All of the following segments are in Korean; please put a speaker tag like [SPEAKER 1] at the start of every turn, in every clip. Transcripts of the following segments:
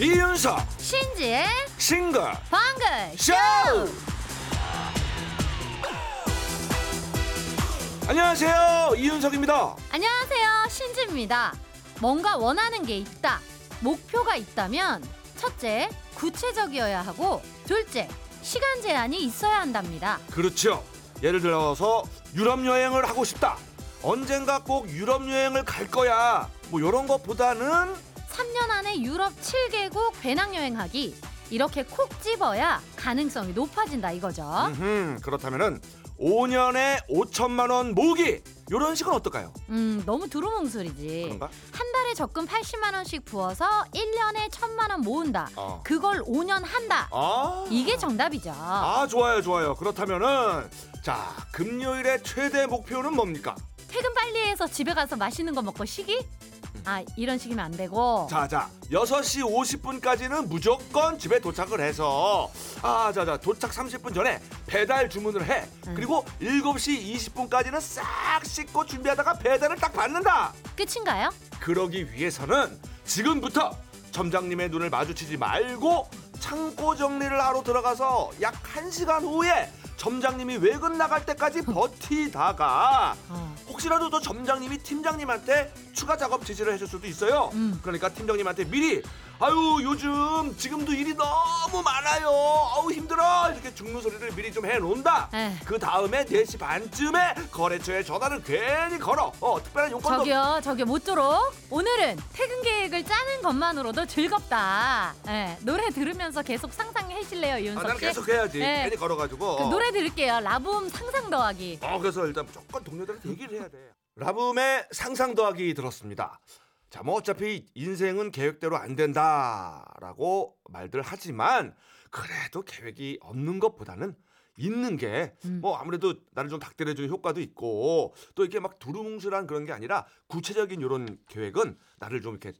[SPEAKER 1] 이윤석
[SPEAKER 2] 신지의
[SPEAKER 1] 싱글
[SPEAKER 2] 방글
[SPEAKER 1] 쇼 안녕하세요 이윤석입니다
[SPEAKER 2] 안녕하세요 신지입니다 뭔가 원하는 게 있다 목표가 있다면 첫째 구체적이어야 하고 둘째 시간 제한이 있어야 한답니다
[SPEAKER 1] 그렇죠 예를 들어서 유럽 여행을 하고 싶다 언젠가 꼭 유럽 여행을 갈 거야 뭐 이런 것보다는
[SPEAKER 2] 3년 안에 유럽 7개국 배낭여행하기 이렇게 콕 집어야 가능성이 높아진다 이거죠
[SPEAKER 1] 음흠, 그렇다면은 5년에 5천만 원 모으기 이런 식은 어떨까요?
[SPEAKER 2] 음 너무 두루뭉술이지
[SPEAKER 1] 그런가?
[SPEAKER 2] 한 달에 적금 80만 원씩 부어서 1년에 1000만 원 모은다
[SPEAKER 1] 어.
[SPEAKER 2] 그걸 5년 한다
[SPEAKER 1] 아
[SPEAKER 2] 이게 정답이죠
[SPEAKER 1] 아 좋아요 좋아요 그렇다면은 자 금요일의 최대 목표는 뭡니까?
[SPEAKER 2] 퇴근 빨리 해서 집에 가서 맛있는 거 먹고 쉬기? 아 이런 식이면 안 되고
[SPEAKER 1] 자자 6시 50분까지는 무조건 집에 도착을 해서 아 자자 도착 30분 전에 배달 주문을 해
[SPEAKER 2] 음.
[SPEAKER 1] 그리고 7시 20분까지는 싹 씻고 준비하다가 배달을 딱 받는다
[SPEAKER 2] 끝인가요?
[SPEAKER 1] 그러기 위해서는 지금부터 점장님의 눈을 마주치지 말고 창고 정리를 하러 들어가서 약 1시간 후에 점장님이 외근 나갈 때까지 버티다가
[SPEAKER 2] 어.
[SPEAKER 1] 혹시라도 또 점장님이 팀장님한테 추가 작업 지시를 해줄 수도 있어요.
[SPEAKER 2] 음.
[SPEAKER 1] 그러니까 팀장님한테 미리 아유 요즘 지금도 일이 너무 많아요. 아우 힘들어 이렇게 죽는 소리를 미리 좀 해놓는다.
[SPEAKER 2] 에휴.
[SPEAKER 1] 그 다음에 4시 반쯤에 거래처에 전화를 괜히 걸어. 어 특별한 요건도
[SPEAKER 2] 저기요 저기요 못도록 오늘은 퇴근 계획을 짜는 것만으로도 즐겁다 예, 노래 들으면서 계속 상상해 주실래요
[SPEAKER 1] 아,
[SPEAKER 2] 이윤석
[SPEAKER 1] 나는
[SPEAKER 2] 씨?
[SPEAKER 1] 계속 해야지.
[SPEAKER 2] 네.
[SPEAKER 1] 괜히 걸어가지고.
[SPEAKER 2] 그 노래 들을게요 라붐 상상 더하기
[SPEAKER 1] 어, 그래서 일단 무조건 동료들한테 얘기를 해야 돼. 음. 라붐의 상상 더하기 들었습니다. 자, 뭐 어차피 인생은 계획대로 안 된다라고 말들 하지만 그래도 계획이 없는 것보다는 있는 게 뭐
[SPEAKER 2] 음.
[SPEAKER 1] 아무래도 나를 좀 닥달해주는 효과도 있고 또 이렇게 막 두루뭉술한 그런 게 아니라 구체적인 이런 계획은 나를 좀 이렇게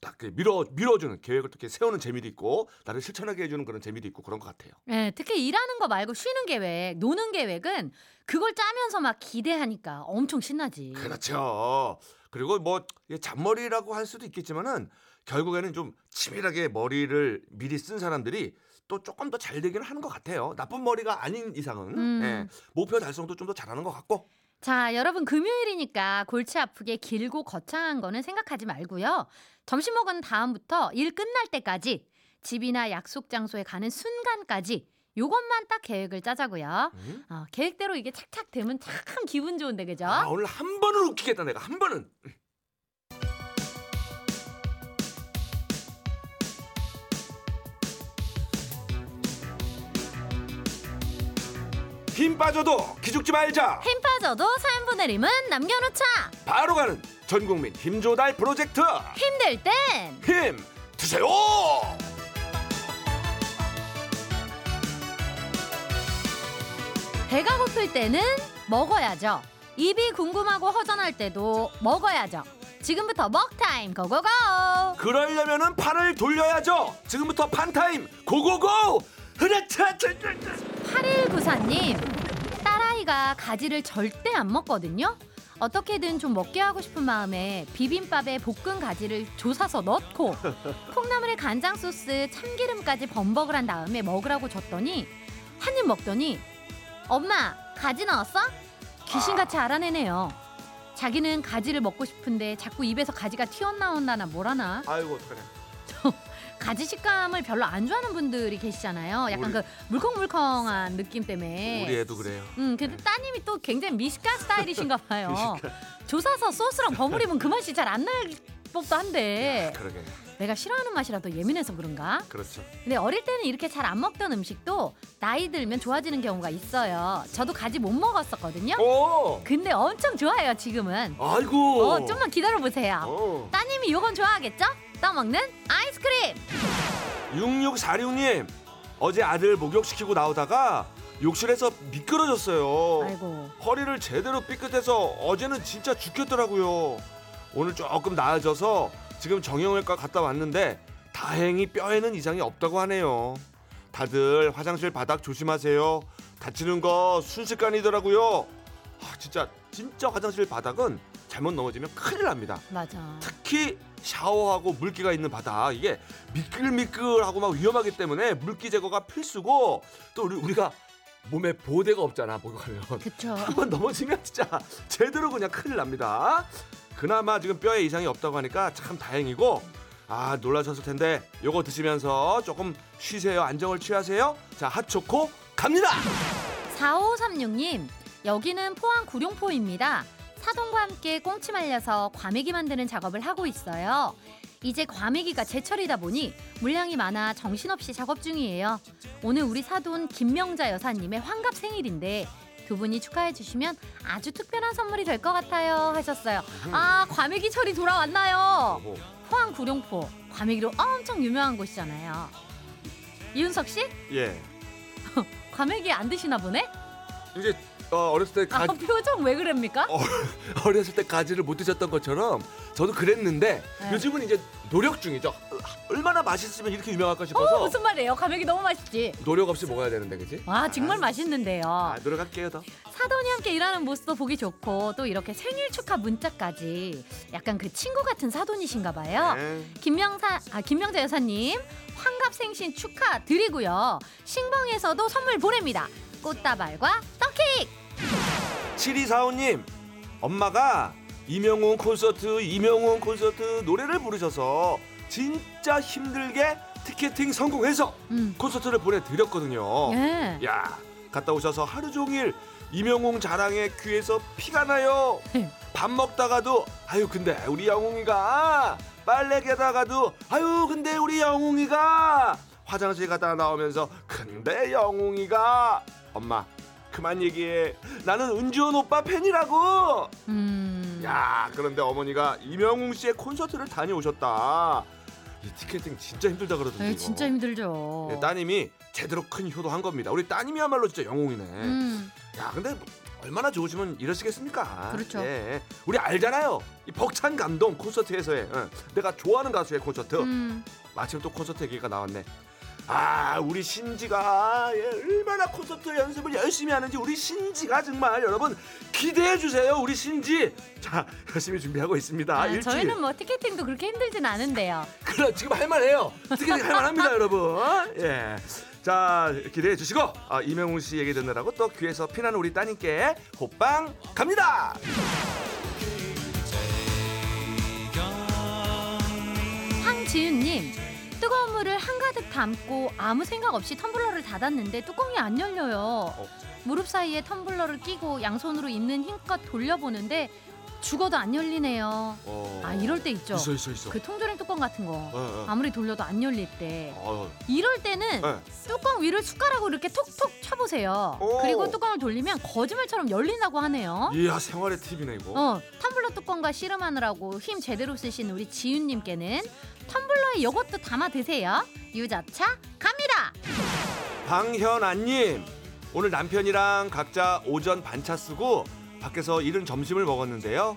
[SPEAKER 1] 딱 이렇게 밀어 밀어주는 계획을 또 이렇게 세우는 재미도 있고 나를 실천하게 해주는 그런 재미도 있고 그런 것 같아요.
[SPEAKER 2] 예, 특히 일하는 거 말고 쉬는 계획 노는 계획은 그걸 짜면서 막 기대하니까 엄청 신나지
[SPEAKER 1] 그렇죠. 그리고 뭐 이게 잔머리라고 할 수도 있겠지만은 결국에는 좀 치밀하게 머리를 미리 쓴 사람들이 또 조금 더 잘 되기는 하는 것 같아요. 나쁜 머리가 아닌 이상은
[SPEAKER 2] 음.
[SPEAKER 1] 예, 목표 달성도 좀 더 잘하는 것 같고.
[SPEAKER 2] 자, 여러분 금요일이니까 골치 아프게 길고 거창한 거는 생각하지 말고요. 점심 먹은 다음부터 일 끝날 때까지 집이나 약속 장소에 가는 순간까지 요것만 딱 계획을 짜자고요.
[SPEAKER 1] 음?
[SPEAKER 2] 어, 계획대로 이게 착착 되면 참 기분 좋은데 그죠?
[SPEAKER 1] 아 오늘 한 번은 웃기겠다 내가 한 번은. 음. 힘 빠져도 기죽지 말자.
[SPEAKER 2] 힘 빠져도 사연 보내림은 남겨놓자.
[SPEAKER 1] 바로 가는 전국민 힘조달 프로젝트.
[SPEAKER 2] 힘들 땐
[SPEAKER 1] 힘 드세요.
[SPEAKER 2] 배가 고플 때는 먹어야죠. 입이 궁금하고 허전할 때도 먹어야죠. 지금부터 먹타임 고고고.
[SPEAKER 1] 그러려면은 팔을 돌려야죠. 지금부터 판타임 고고고. 흐르차 차, 차, 차.
[SPEAKER 2] 8194님 딸아이가 가지를 절대 안 먹거든요 어떻게든 좀 먹게 하고 싶은 마음에 비빔밥에 볶은 가지를 조사서 넣고 콩나물에 간장 소스 참기름까지 범벅을 한 다음에 먹으라고 줬더니 한 입 먹더니 엄마 가지 넣었어? 귀신같이 알아내네요 자기는 가지를 먹고 싶은데 자꾸 입에서 가지가 튀어나온다나 뭐라나
[SPEAKER 1] 아이고 어떡하냐.
[SPEAKER 2] 가지 식감을 별로 안 좋아하는 분들이 계시잖아요 약간
[SPEAKER 1] 우리-
[SPEAKER 2] 그 물컹물컹한 느낌 때문에
[SPEAKER 1] 우리 애도 그래요.
[SPEAKER 2] 음, 근데 따님이 또 굉장히 미식가 스타일이신가 봐요. 조사서 소스랑 버무리면 그 맛이 잘 안 날 법도 한데
[SPEAKER 1] 그러게.
[SPEAKER 2] 내가 싫어하는 맛이라도 예민해서 그런가?
[SPEAKER 1] 그렇죠.
[SPEAKER 2] 근데 어릴 때는 이렇게 잘 안 먹던 음식도 나이 들면 좋아지는 경우가 있어요. 저도 가지 못 먹었었거든요.
[SPEAKER 1] 어? 오.
[SPEAKER 2] 근데 엄청 좋아해요 지금은.
[SPEAKER 1] 아이고.
[SPEAKER 2] 어, 좀만 기다려 보세요.
[SPEAKER 1] 어.
[SPEAKER 2] 따님이 요건 좋아하겠죠? 떠먹는 아이스크림.
[SPEAKER 1] 6646님 어제 아들 목욕시키고 나오다가 욕실에서 미끄러졌어요.
[SPEAKER 2] 아이고.
[SPEAKER 1] 허리를 제대로 삐끗해서 어제는 진짜 죽겠더라고요. 오늘 조금 나아져서 지금 정형외과 갔다 왔는데 다행히 뼈에는 이상이 없다고 하네요. 다들 화장실 바닥 조심하세요. 다치는 거 순식간이더라고요. 아, 진짜 진짜 화장실 바닥은 잘못 넘어지면 큰일 납니다.
[SPEAKER 2] 맞아.
[SPEAKER 1] 특히 샤워하고 물기가 있는 바다 이게 미끌미끌하고 막 위험하기 때문에 물기 제거가 필수고 또 우리, 우리가 몸에 보호대가 없잖아 목욕하면
[SPEAKER 2] 그쵸.
[SPEAKER 1] 한 번 넘어지면 진짜 제대로 그냥 큰일 납니다 그나마 지금 뼈에 이상이 없다고 하니까 참 다행이고 아 놀라셨을 텐데 요거 드시면서 조금 쉬세요 안정을 취하세요 자 핫초코 갑니다
[SPEAKER 2] 4536님, 여기는 포항 구룡포입니다. 사돈과 함께 꽁치 말려서 과메기 만드는 작업을 하고 있어요. 이제 과메기가 제철이다 보니 물량이 많아 정신없이 작업 중이에요. 오늘 우리 사돈 김명자 여사님의 환갑 생일인데 두 분이 축하해 주시면 아주 특별한 선물이 될 것 같아요 하셨어요. 아 과메기 철이 돌아왔나요?
[SPEAKER 1] 어허.
[SPEAKER 2] 포항 구룡포 과메기로 엄청 유명한 곳이잖아요. 이윤석 씨
[SPEAKER 1] 예
[SPEAKER 2] 과메기 안 드시나 보네?
[SPEAKER 1] 이제 어, 어렸을 때
[SPEAKER 2] 아
[SPEAKER 1] 가, 어.
[SPEAKER 2] 표정 왜 그럽니까?
[SPEAKER 1] 어렸을 때 가지를 못 드셨던 것처럼 저도 그랬는데
[SPEAKER 2] 네.
[SPEAKER 1] 요즘은 이제 노력 중이죠. 얼마나 맛있으면 이렇게 유명할까
[SPEAKER 2] 어,
[SPEAKER 1] 싶어서
[SPEAKER 2] 무슨 말이에요? 가맥이 너무 맛있지.
[SPEAKER 1] 노력 없이 먹어야 되는데 그지?
[SPEAKER 2] 와 정말 맛있는데요.
[SPEAKER 1] 아, 노력할게요 더.
[SPEAKER 2] 사돈이 함께 일하는 모습도 보기 좋고 또 이렇게 생일 축하 문자까지 약간 그 친구 같은 사돈이신가 봐요.
[SPEAKER 1] 네.
[SPEAKER 2] 김명사 아 김명자 여사님 환갑 생신 축하드리고요. 신봉에서도 선물 보냅니다. 꽃다발과 떡케이크.
[SPEAKER 1] 7245님 엄마가 이명웅 콘서트 이명웅 콘서트 노래를 부르셔서 진짜 힘들게 티켓팅 성공해서
[SPEAKER 2] 음.
[SPEAKER 1] 콘서트를 보내드렸거든요.
[SPEAKER 2] 예.
[SPEAKER 1] 야 갔다 오셔서 하루 종일 이명웅 자랑에 귀에서 피가 나요.
[SPEAKER 2] 네.
[SPEAKER 1] 밥 먹다가도 아유 근데 우리 영웅이가 빨래 개다가도 아유 근데 우리 영웅이가 화장실 갔다 나오면서 근데 영웅이가 엄마 그만 얘기해 나는 은지원 오빠 팬이라고
[SPEAKER 2] 음.
[SPEAKER 1] 야 그런데 어머니가 이명웅 씨의 콘서트를 다녀오셨다 이 티켓팅 진짜 힘들다 그러던데
[SPEAKER 2] 예,
[SPEAKER 1] 이거.
[SPEAKER 2] 진짜 힘들죠.
[SPEAKER 1] 예, 따님이 제대로 큰 효도한 겁니다. 우리 따님이야말로 진짜 영웅이네.
[SPEAKER 2] 음.
[SPEAKER 1] 야, 근데 얼마나 좋으시면 이러시겠습니까?
[SPEAKER 2] 그렇죠.
[SPEAKER 1] 예. 우리 알잖아요. 이 벅찬 감동 콘서트에서의 응. 내가 좋아하는 가수의 콘서트.
[SPEAKER 2] 음.
[SPEAKER 1] 마침 또 콘서트 얘기가 나왔네. 아, 우리 신지가 예, 얼마나 콘서트 연습을 열심히 하는지 우리 신지가 정말 여러분 기대해 주세요. 우리 신지. 자, 열심히 준비하고 있습니다.
[SPEAKER 2] 아,
[SPEAKER 1] 일주일.
[SPEAKER 2] 저희는 뭐 티켓팅도 그렇게 힘들진 않은데요.
[SPEAKER 1] 그럼 지금 할만해요. 특히 할만합니다, 여러분. 예. 자 기대해 주시고 아, 이명웅 씨 얘기 듣느라고 또 귀에서 피나는 우리 따님께 호빵 갑니다.
[SPEAKER 2] 황지윤님 뜨거운 물을 한가득 담고 아무 생각 없이 텀블러를 닫았는데 뚜껑이 안 열려요.
[SPEAKER 1] 어.
[SPEAKER 2] 무릎 사이에 텀블러를 끼고 양손으로 있는 힘껏 돌려보는데 죽어도 안 열리네요.
[SPEAKER 1] 어...
[SPEAKER 2] 아 이럴 때 있죠.
[SPEAKER 1] 있어 있어 있어.
[SPEAKER 2] 그 통조림 뚜껑 같은
[SPEAKER 1] 어,
[SPEAKER 2] 거
[SPEAKER 1] 어.
[SPEAKER 2] 아무리 돌려도 안 열릴 때
[SPEAKER 1] 어,
[SPEAKER 2] 이럴 때는
[SPEAKER 1] 네.
[SPEAKER 2] 뚜껑 위를 숟가락으로 이렇게 톡톡 쳐보세요.
[SPEAKER 1] 오.
[SPEAKER 2] 그리고 뚜껑을 돌리면 거짓말처럼 열린다고 하네요.
[SPEAKER 1] 이야 생활의 팁이네 이거.
[SPEAKER 2] 어, 텀블러 뚜껑과 씨름하느라고 힘 제대로 쓰신 우리 지윤님께는 텀블러에 요것도 담아 드세요. 유자차 갑니다.
[SPEAKER 1] 방현아님 오늘 남편이랑 각자 오전 반차 쓰고 밖에서 이른 점심을 먹었는데요.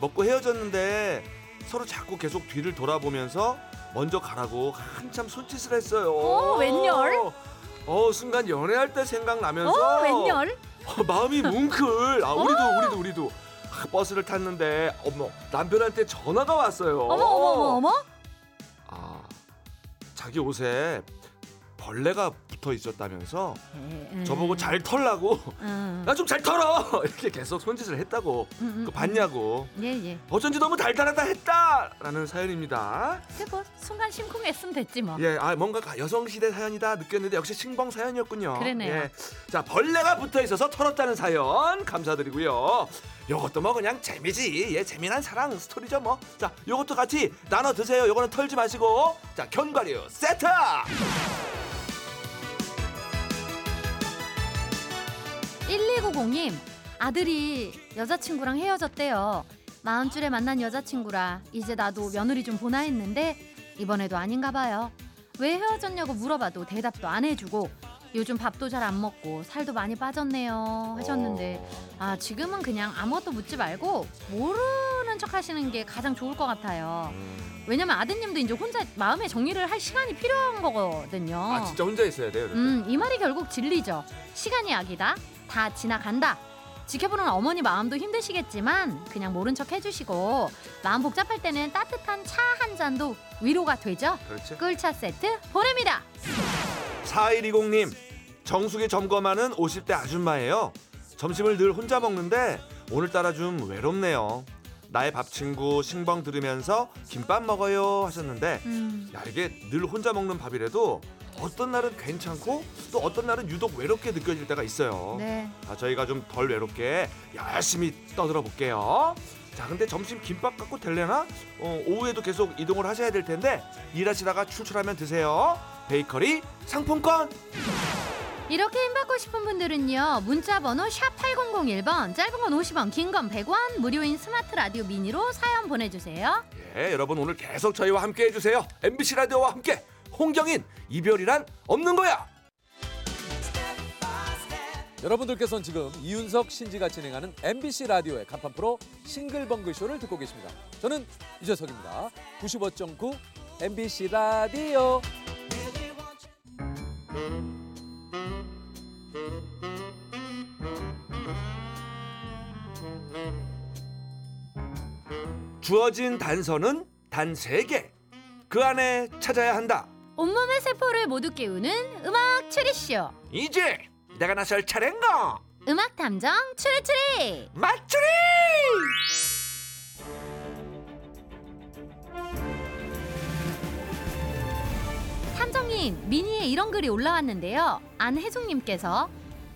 [SPEAKER 1] 먹고 헤어졌는데 서로 자꾸 계속 뒤를 돌아보면서 먼저 가라고 한참 손짓을 했어요.
[SPEAKER 2] 오, 웬열?
[SPEAKER 1] 어 순간 연애할 때 생각나면서
[SPEAKER 2] 오, 웬열? 어.
[SPEAKER 1] 어, 마음이 뭉클. 아 우리도 우리도 우리도 아, 버스를 탔는데 어머 남편한테 전화가 왔어요.
[SPEAKER 2] 어머 어머 어머 어머.
[SPEAKER 1] 아 자기 옷에 벌레가 붙어 있었다면서
[SPEAKER 2] 음,
[SPEAKER 1] 저보고 잘 털라고
[SPEAKER 2] 음,
[SPEAKER 1] 나 좀 잘 털어 이렇게 계속 손짓을 했다고
[SPEAKER 2] 음, 음,
[SPEAKER 1] 그 봤냐고
[SPEAKER 2] 음. 예 예.
[SPEAKER 1] 어쩐지 너무 달달하다 했다라는 사연입니다.
[SPEAKER 2] 그리고 순간 심쿵했으면 됐지 뭐.
[SPEAKER 1] 예, 아 뭔가 가- 여성 시대 사연이다 느꼈는데 역시 신봉 사연이었군요.
[SPEAKER 2] 그러네요.
[SPEAKER 1] 예. 자 벌레가 붙어 있어서 털었다는 사연 감사드리고요. 요것도 뭐 그냥 재미지. 예, 재미난 사랑 스토리죠 뭐. 자, 요것도 같이 나눠 드세요. 요거는 털지 마시고. 자, 견과류 세트.
[SPEAKER 2] 일 1290님 아들이 여자친구랑 헤어졌대요. 마흔 줄에 만난 여자친구라 이제 나도 며느리 좀 보나 했는데 이번에도 아닌가 봐요. 왜 헤어졌냐고 물어봐도 대답도 안 해주고 요즘 밥도 잘 안 먹고 살도 많이 빠졌네요
[SPEAKER 1] 어.
[SPEAKER 2] 하셨는데 아 지금은 그냥 아무것도 묻지 말고 모르는 척 하시는 게 가장 좋을 것 같아요. 왜냐면 아드님도 이제 혼자 마음의 정리를 할 시간이 필요한 거거든요.
[SPEAKER 1] 아 진짜 혼자 있어야 돼요. 이럴 때.
[SPEAKER 2] 음, 이 말이 결국 진리죠. 시간이 약이다. 다 지나간다. 지켜보는 어머니 마음도 힘드시겠지만 그냥 모른 척 해주시고 마음 복잡할 때는 따뜻한 차 한 잔도 위로가 되죠.
[SPEAKER 1] 그렇지?
[SPEAKER 2] 꿀차 세트 보냅니다.
[SPEAKER 1] 4120님 정수기 점검하는 50대 아줌마예요 점심을 늘 혼자 먹는데 오늘따라 좀 외롭네요 나의 밥 친구 신방 들으면서 김밥 먹어요 하셨는데
[SPEAKER 2] 음,
[SPEAKER 1] 야 이게 늘 혼자 먹는 밥이라도 어떤 날은 괜찮고 또 어떤 날은 유독 외롭게 느껴질 때가 있어요
[SPEAKER 2] 네.
[SPEAKER 1] 아, 저희가 좀 덜 외롭게 열심히 떠들어 볼게요. 자, 근데 점심 김밥 갖고 될래나? 어, 오후에도 계속 이동을 하셔야 될 텐데 일하시다가 출출하면 드세요. 베이커리 상품권.
[SPEAKER 2] 이렇게 힘받고 싶은 분들은요 문자 번호 샵 8001번 짧은 건 50원 긴 건 100원 무료인 스마트 라디오 미니로 사연 보내주세요
[SPEAKER 1] 예, 여러분 오늘 계속 저희와 함께 해주세요. MBC 라디오와 함께 홍경인 이별이란 없는 거야.
[SPEAKER 3] 여러분들께서는 지금 이윤석 신지가 진행하는 MBC 라디오의 간판 프로 싱글벙글 쇼를 듣고 계십니다. 저는 유재석입니다. 95.9 MBC 라디오.
[SPEAKER 1] 주어진 단서는 단 세 개. 그 안에 찾아야 한다.
[SPEAKER 2] 온몸의 세포를 모두 깨우는 음악 추리쇼
[SPEAKER 1] 이제 내가 나설 차례인가?
[SPEAKER 2] 음악 탐정 추리추리
[SPEAKER 1] 맞추리!
[SPEAKER 2] 어? 탐정님 미니에 이런 글이 올라왔는데요 안혜숙님께서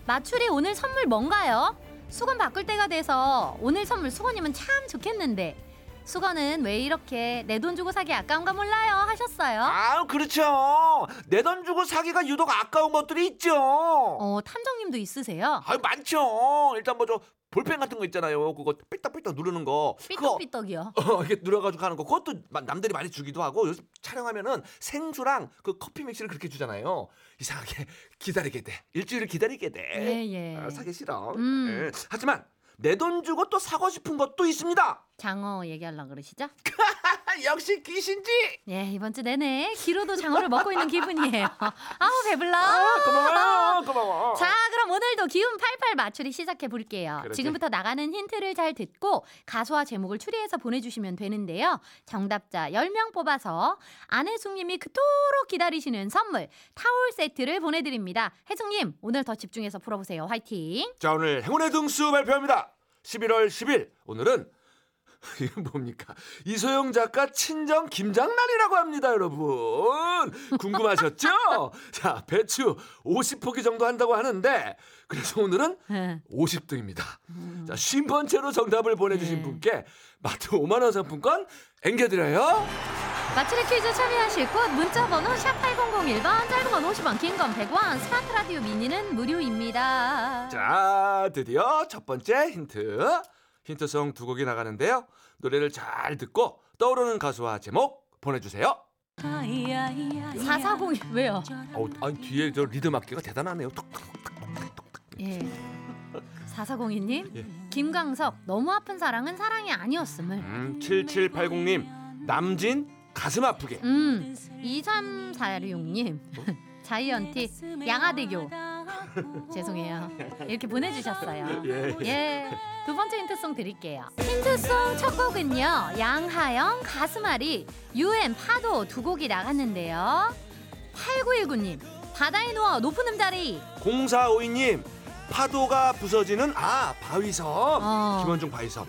[SPEAKER 2] 마추리 오늘 선물 뭔가요? 수건 바꿀 때가 돼서 오늘 선물 수건이면 참 좋겠는데 수건은 왜 이렇게 내 돈 주고 사기 아까운가 몰라요 하셨어요
[SPEAKER 1] 아, 그렇죠. 내 돈 주고 사기가 유독 아까운 것들이 있죠.
[SPEAKER 2] 어, 탐정님도 있으세요?
[SPEAKER 1] 아유, 많죠. 일단 뭐저 볼펜 같은 거 있잖아요. 그거 삐딱삐딱 누르는 거. 그거
[SPEAKER 2] 삐떡삐떡이요.
[SPEAKER 1] 어, 이렇게 눌러가지고 하는 거. 그것도 마- 남들이 많이 주기도 하고 요즘 촬영하면은 생수랑 그 커피 믹스를 그렇게 주잖아요. 이상하게 기다리게 돼. 일주일을 기다리게 돼.
[SPEAKER 2] 예, 예.
[SPEAKER 1] 아, 사기 싫어.
[SPEAKER 2] 음.
[SPEAKER 1] 예. 하지만 내 돈 주고 또 사고 싶은 것도 있습니다.
[SPEAKER 2] 장어 얘기하려고 그러시죠?
[SPEAKER 1] 아, 역시 귀신지.
[SPEAKER 2] 예, 이번 주 내내 기로도 장어를 먹고 있는 기분이에요. 아우, 배불러.
[SPEAKER 1] 아, 고마워요. 고마워.
[SPEAKER 2] 자, 그럼 오늘도 기운 팔팔 맞추리 시작해 볼게요.
[SPEAKER 1] 그러지.
[SPEAKER 2] 지금부터 나가는 힌트를 잘 듣고 가수와 제목을 추리해서 보내주시면 되는데요. 정답자 10명 뽑아서 안혜숙님이 그토록 기다리시는 선물 타올 세트를 보내드립니다. 혜숙님, 오늘 더 집중해서 풀어보세요. 화이팅!
[SPEAKER 1] 자 오늘 행운의 등수 발표합니다. 11월 10일 오늘은 이게 뭡니까 이소영 작가 친정 김장날이라고 합니다 여러분 궁금하셨죠? 자 배추 50포기 정도 한다고 하는데 그래서 오늘은 50등입니다. 자 50번째로 정답을 보내주신
[SPEAKER 2] 네.
[SPEAKER 1] 분께 마트 5만 원 상품권 앵겨드려요.
[SPEAKER 2] 마추리 퀴즈 참여하실 곳 문자 번호 샵 8001번 짧은 건 50원 긴 건 100원 스마트 라디오 미니는 무료입니다
[SPEAKER 1] 자, 드디어 첫 번째 힌트. 힌트송 두 곡이 나가는데요. 노래를 잘 듣고 떠오르는 가수와 제목 보내주세요.
[SPEAKER 2] 440 왜요?
[SPEAKER 1] 어, 아 뒤에 저 리듬 악기가 대단하네요. 톡톡톡톡톡.
[SPEAKER 2] 예 4402님
[SPEAKER 1] 예.
[SPEAKER 2] 김광석 너무 아픈 사랑은 사랑이 아니었음을
[SPEAKER 1] 음, 7780님 남진 가슴 아프게.
[SPEAKER 2] 음 2346님
[SPEAKER 1] 어?
[SPEAKER 2] 자이언티 양아대교 죄송해요 이렇게 보내주셨어요
[SPEAKER 1] 예.
[SPEAKER 2] 예. 두 번째 힌트송 드릴게요. 힌트송 첫 곡은요. 양하영 가슴앓이 UN 파도 두 곡이 나갔는데요. 8919님 바다에 누워 높은 음자리.
[SPEAKER 1] 0452님 파도가 부서지는 아 바위섬.
[SPEAKER 2] 어.
[SPEAKER 1] 김원중 바위섬.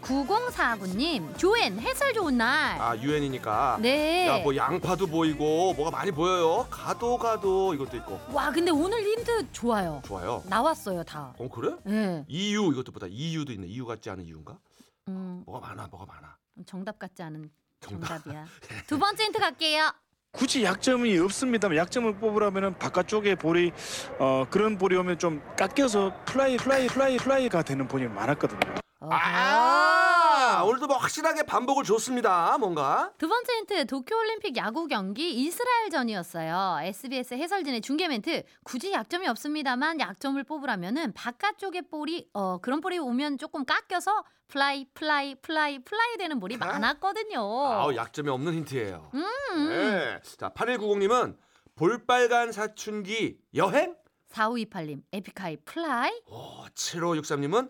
[SPEAKER 2] 9049님 조엔 해설 좋은 날.
[SPEAKER 1] 아 유엔이니까.
[SPEAKER 2] 네.
[SPEAKER 1] 야 뭐 양파도 보이고 뭐가 많이 보여요. 가도 가도 이것도 있고
[SPEAKER 2] 와 근데 오늘 힌트 좋아요.
[SPEAKER 1] 좋아요.
[SPEAKER 2] 나왔어요 다.
[SPEAKER 1] 어 그래?
[SPEAKER 2] 예.
[SPEAKER 1] 이유 이것도 보다 이유도 있네. 이유 같지 않은 이유인가?
[SPEAKER 2] 음,
[SPEAKER 1] 뭐가 많아, 뭐가 많아.
[SPEAKER 2] 정답 같지 않은
[SPEAKER 1] 정답. 예.
[SPEAKER 2] 정답이야. 두 번째 힌트 갈게요.
[SPEAKER 4] 굳이 약점이 없습니다만 약점을 뽑으라면은 바깥쪽에 볼이 어, 그런 볼이 오면 좀 깎여서 플라이 플라이 플라이 플라이가 되는 볼이 많았거든요.
[SPEAKER 2] 어허.
[SPEAKER 1] 아, 오늘도 뭐 확실하게 반복을 줬습니다. 뭔가.
[SPEAKER 2] 두 번째 힌트 도쿄올림픽 야구 경기 이스라엘전이었어요. SBS 해설진의 중계 멘트 굳이 약점이 없습니다만 약점을 뽑으라면은 바깥쪽에 볼이 어 그런 볼이 오면 조금 깎여서 플라이 플라이 플라이 플라이 되는 볼이
[SPEAKER 1] 아.
[SPEAKER 2] 많았거든요.
[SPEAKER 1] 아우, 약점이 없는 힌트예요.
[SPEAKER 2] 음.
[SPEAKER 1] 네. 자, 8190님은 볼빨간 사춘기 여행?
[SPEAKER 2] 4528님 에픽하이 플라이
[SPEAKER 1] 오, 7563님은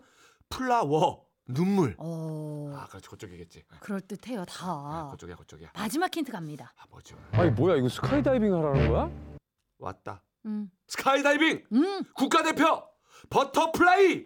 [SPEAKER 1] 플라워 눈물.
[SPEAKER 2] 어,
[SPEAKER 1] 아 그렇지 그쪽이겠지. 네,
[SPEAKER 2] 그럴 듯해요 다.
[SPEAKER 1] 그쪽이야 그쪽이야.
[SPEAKER 2] 마지막 힌트 갑니다.
[SPEAKER 1] 아 뭐죠?
[SPEAKER 3] 아니 뭐야 이거 스카이다이빙 하라는 거야?
[SPEAKER 1] 왔다.
[SPEAKER 2] 음,
[SPEAKER 1] 스카이다이빙
[SPEAKER 2] 음.
[SPEAKER 1] 국가대표 버터플라이.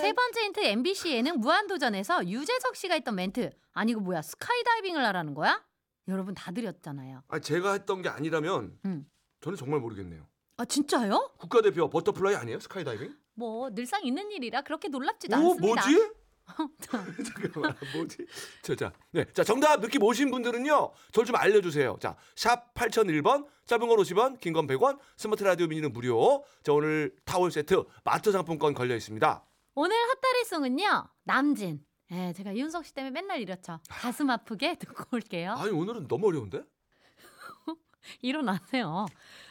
[SPEAKER 2] 세 번째 힌트 MBC 예능 무한도전에서 유재석 씨가 했던 멘트. 아니 이거 뭐야 스카이다이빙을 하라는 거야? 여러분 다 드렸잖아요.
[SPEAKER 1] 아 제가 했던 게 아니라면
[SPEAKER 2] 음.
[SPEAKER 1] 저는 정말 모르겠네요.
[SPEAKER 2] 아 진짜요?
[SPEAKER 1] 국가대표 버터플라이 아니에요? 스카이다이빙?
[SPEAKER 2] 뭐 늘상 있는 일이라 그렇게 놀랍지도
[SPEAKER 1] 오
[SPEAKER 2] 않습니다.
[SPEAKER 1] 뭐지? 잠깐만 뭐지? 자자 네. 자 정답 느낌 오신 분들은요. 저를 좀 알려주세요. 자샵 8001번 짧은 건 50원 긴 건 100원 스마트 라디오 미니는 무료. 자 오늘 타월 세트 마트 상품권 걸려 있습니다.
[SPEAKER 2] 오늘 핫다리송은요 남진. 예, 제가 이윤석 씨 때문에 맨날 이렇죠. 가슴 아프게 듣고 올게요.
[SPEAKER 1] 아니 오늘은 너무 어려운데?
[SPEAKER 2] 일어나세요.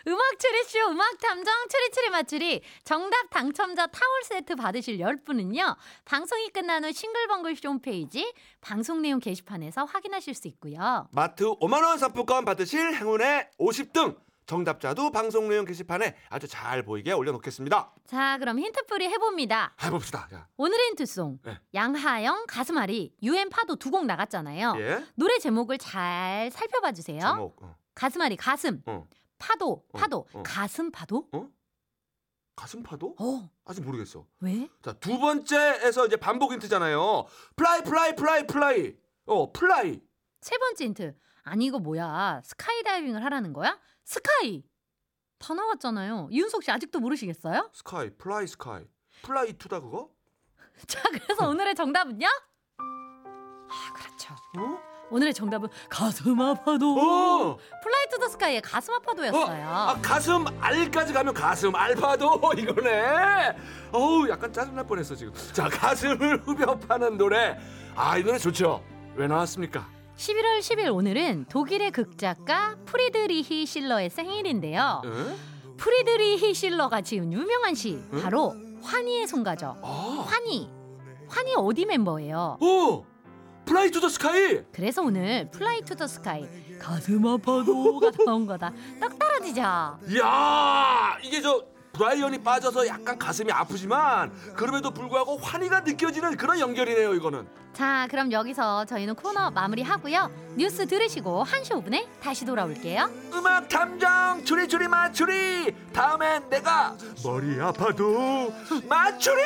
[SPEAKER 2] 음악 추리쇼 음악 탐정 추리추리 맞추리 정답 당첨자 타월 세트 받으실 10분은요. 방송이 끝난 후 싱글벙글 쇼 홈페이지 방송 내용 게시판에서 확인하실 수 있고요.
[SPEAKER 1] 마트 5만 원 상품권 받으실 행운의 50등 정답자도 방송 내용 게시판에 아주 잘 보이게 올려놓겠습니다.
[SPEAKER 2] 자, 그럼 힌트풀이 해봅니다.
[SPEAKER 1] 해봅시다. 자,
[SPEAKER 2] 오늘의 힌트송
[SPEAKER 1] 네.
[SPEAKER 2] 양하영 가슴앓이 유엔 파도 두 곡 나갔잖아요.
[SPEAKER 1] 예.
[SPEAKER 2] 노래 제목을 잘 살펴봐 주세요.
[SPEAKER 1] 제목. 어.
[SPEAKER 2] 가슴앓이 가슴
[SPEAKER 1] 어.
[SPEAKER 2] 파도
[SPEAKER 1] 어,
[SPEAKER 2] 파도
[SPEAKER 1] 어.
[SPEAKER 2] 가슴 파도
[SPEAKER 1] 가슴 파도?
[SPEAKER 2] 어
[SPEAKER 1] 아직 모르겠어.
[SPEAKER 2] 왜?
[SPEAKER 1] 자, 두 번째에서 이제 반복 힌트잖아요. 플라이 플라이 플라이 플라이. 어, 플라이.
[SPEAKER 2] 세 번째 힌트 아니 이거 뭐야 스카이다이빙을 하라는 거야? 스카이 다 나왔잖아요 이윤석 씨 아직도 모르시겠어요?
[SPEAKER 1] 스카이, 플라이 스카이. 플라이 투다 그거?
[SPEAKER 2] 자 그래서 오늘의 정답은요? 아 그렇죠
[SPEAKER 1] 어?
[SPEAKER 2] 오늘의 정답은 가슴 아파도
[SPEAKER 1] 어!
[SPEAKER 2] 플라이 투 더 스카이의 가슴 아파도였어요
[SPEAKER 1] 아, 가슴 알까지 가면 가슴 알파도 이거네. 어우, 약간 짜증날 뻔했어, 지금. 자, 가슴을 후벼 파는 노래. 아, 이 노래 좋죠. 왜 나왔습니까?
[SPEAKER 2] 11월 10일 오늘은 독일의 극작가 프리드리히 실러의 생일인데요
[SPEAKER 1] 응?
[SPEAKER 2] 프리드리히 실러가 지은 유명한 시 바로 환희의 손가죠
[SPEAKER 1] 아.
[SPEAKER 2] 환희 환희 어디 멤버예요?
[SPEAKER 1] 오! 플라이 투 더 스카이.
[SPEAKER 2] 그래서 오늘 플라이 투 더 스카이 가슴 아파도가 나온 거다 딱 떨어지죠
[SPEAKER 1] 이야 이게 저 브라이언이 빠져서 약간 가슴이 아프지만 그럼에도 불구하고 환희가 느껴지는 그런 연결이네요 이거는
[SPEAKER 2] 자 그럼 여기서 저희는 코너 마무리하고요 뉴스 들으시고 1시 5분에 다시 돌아올게요
[SPEAKER 1] 음악 탐정 추리추리 맞추리 다음엔 내가 머리 아파도 맞추리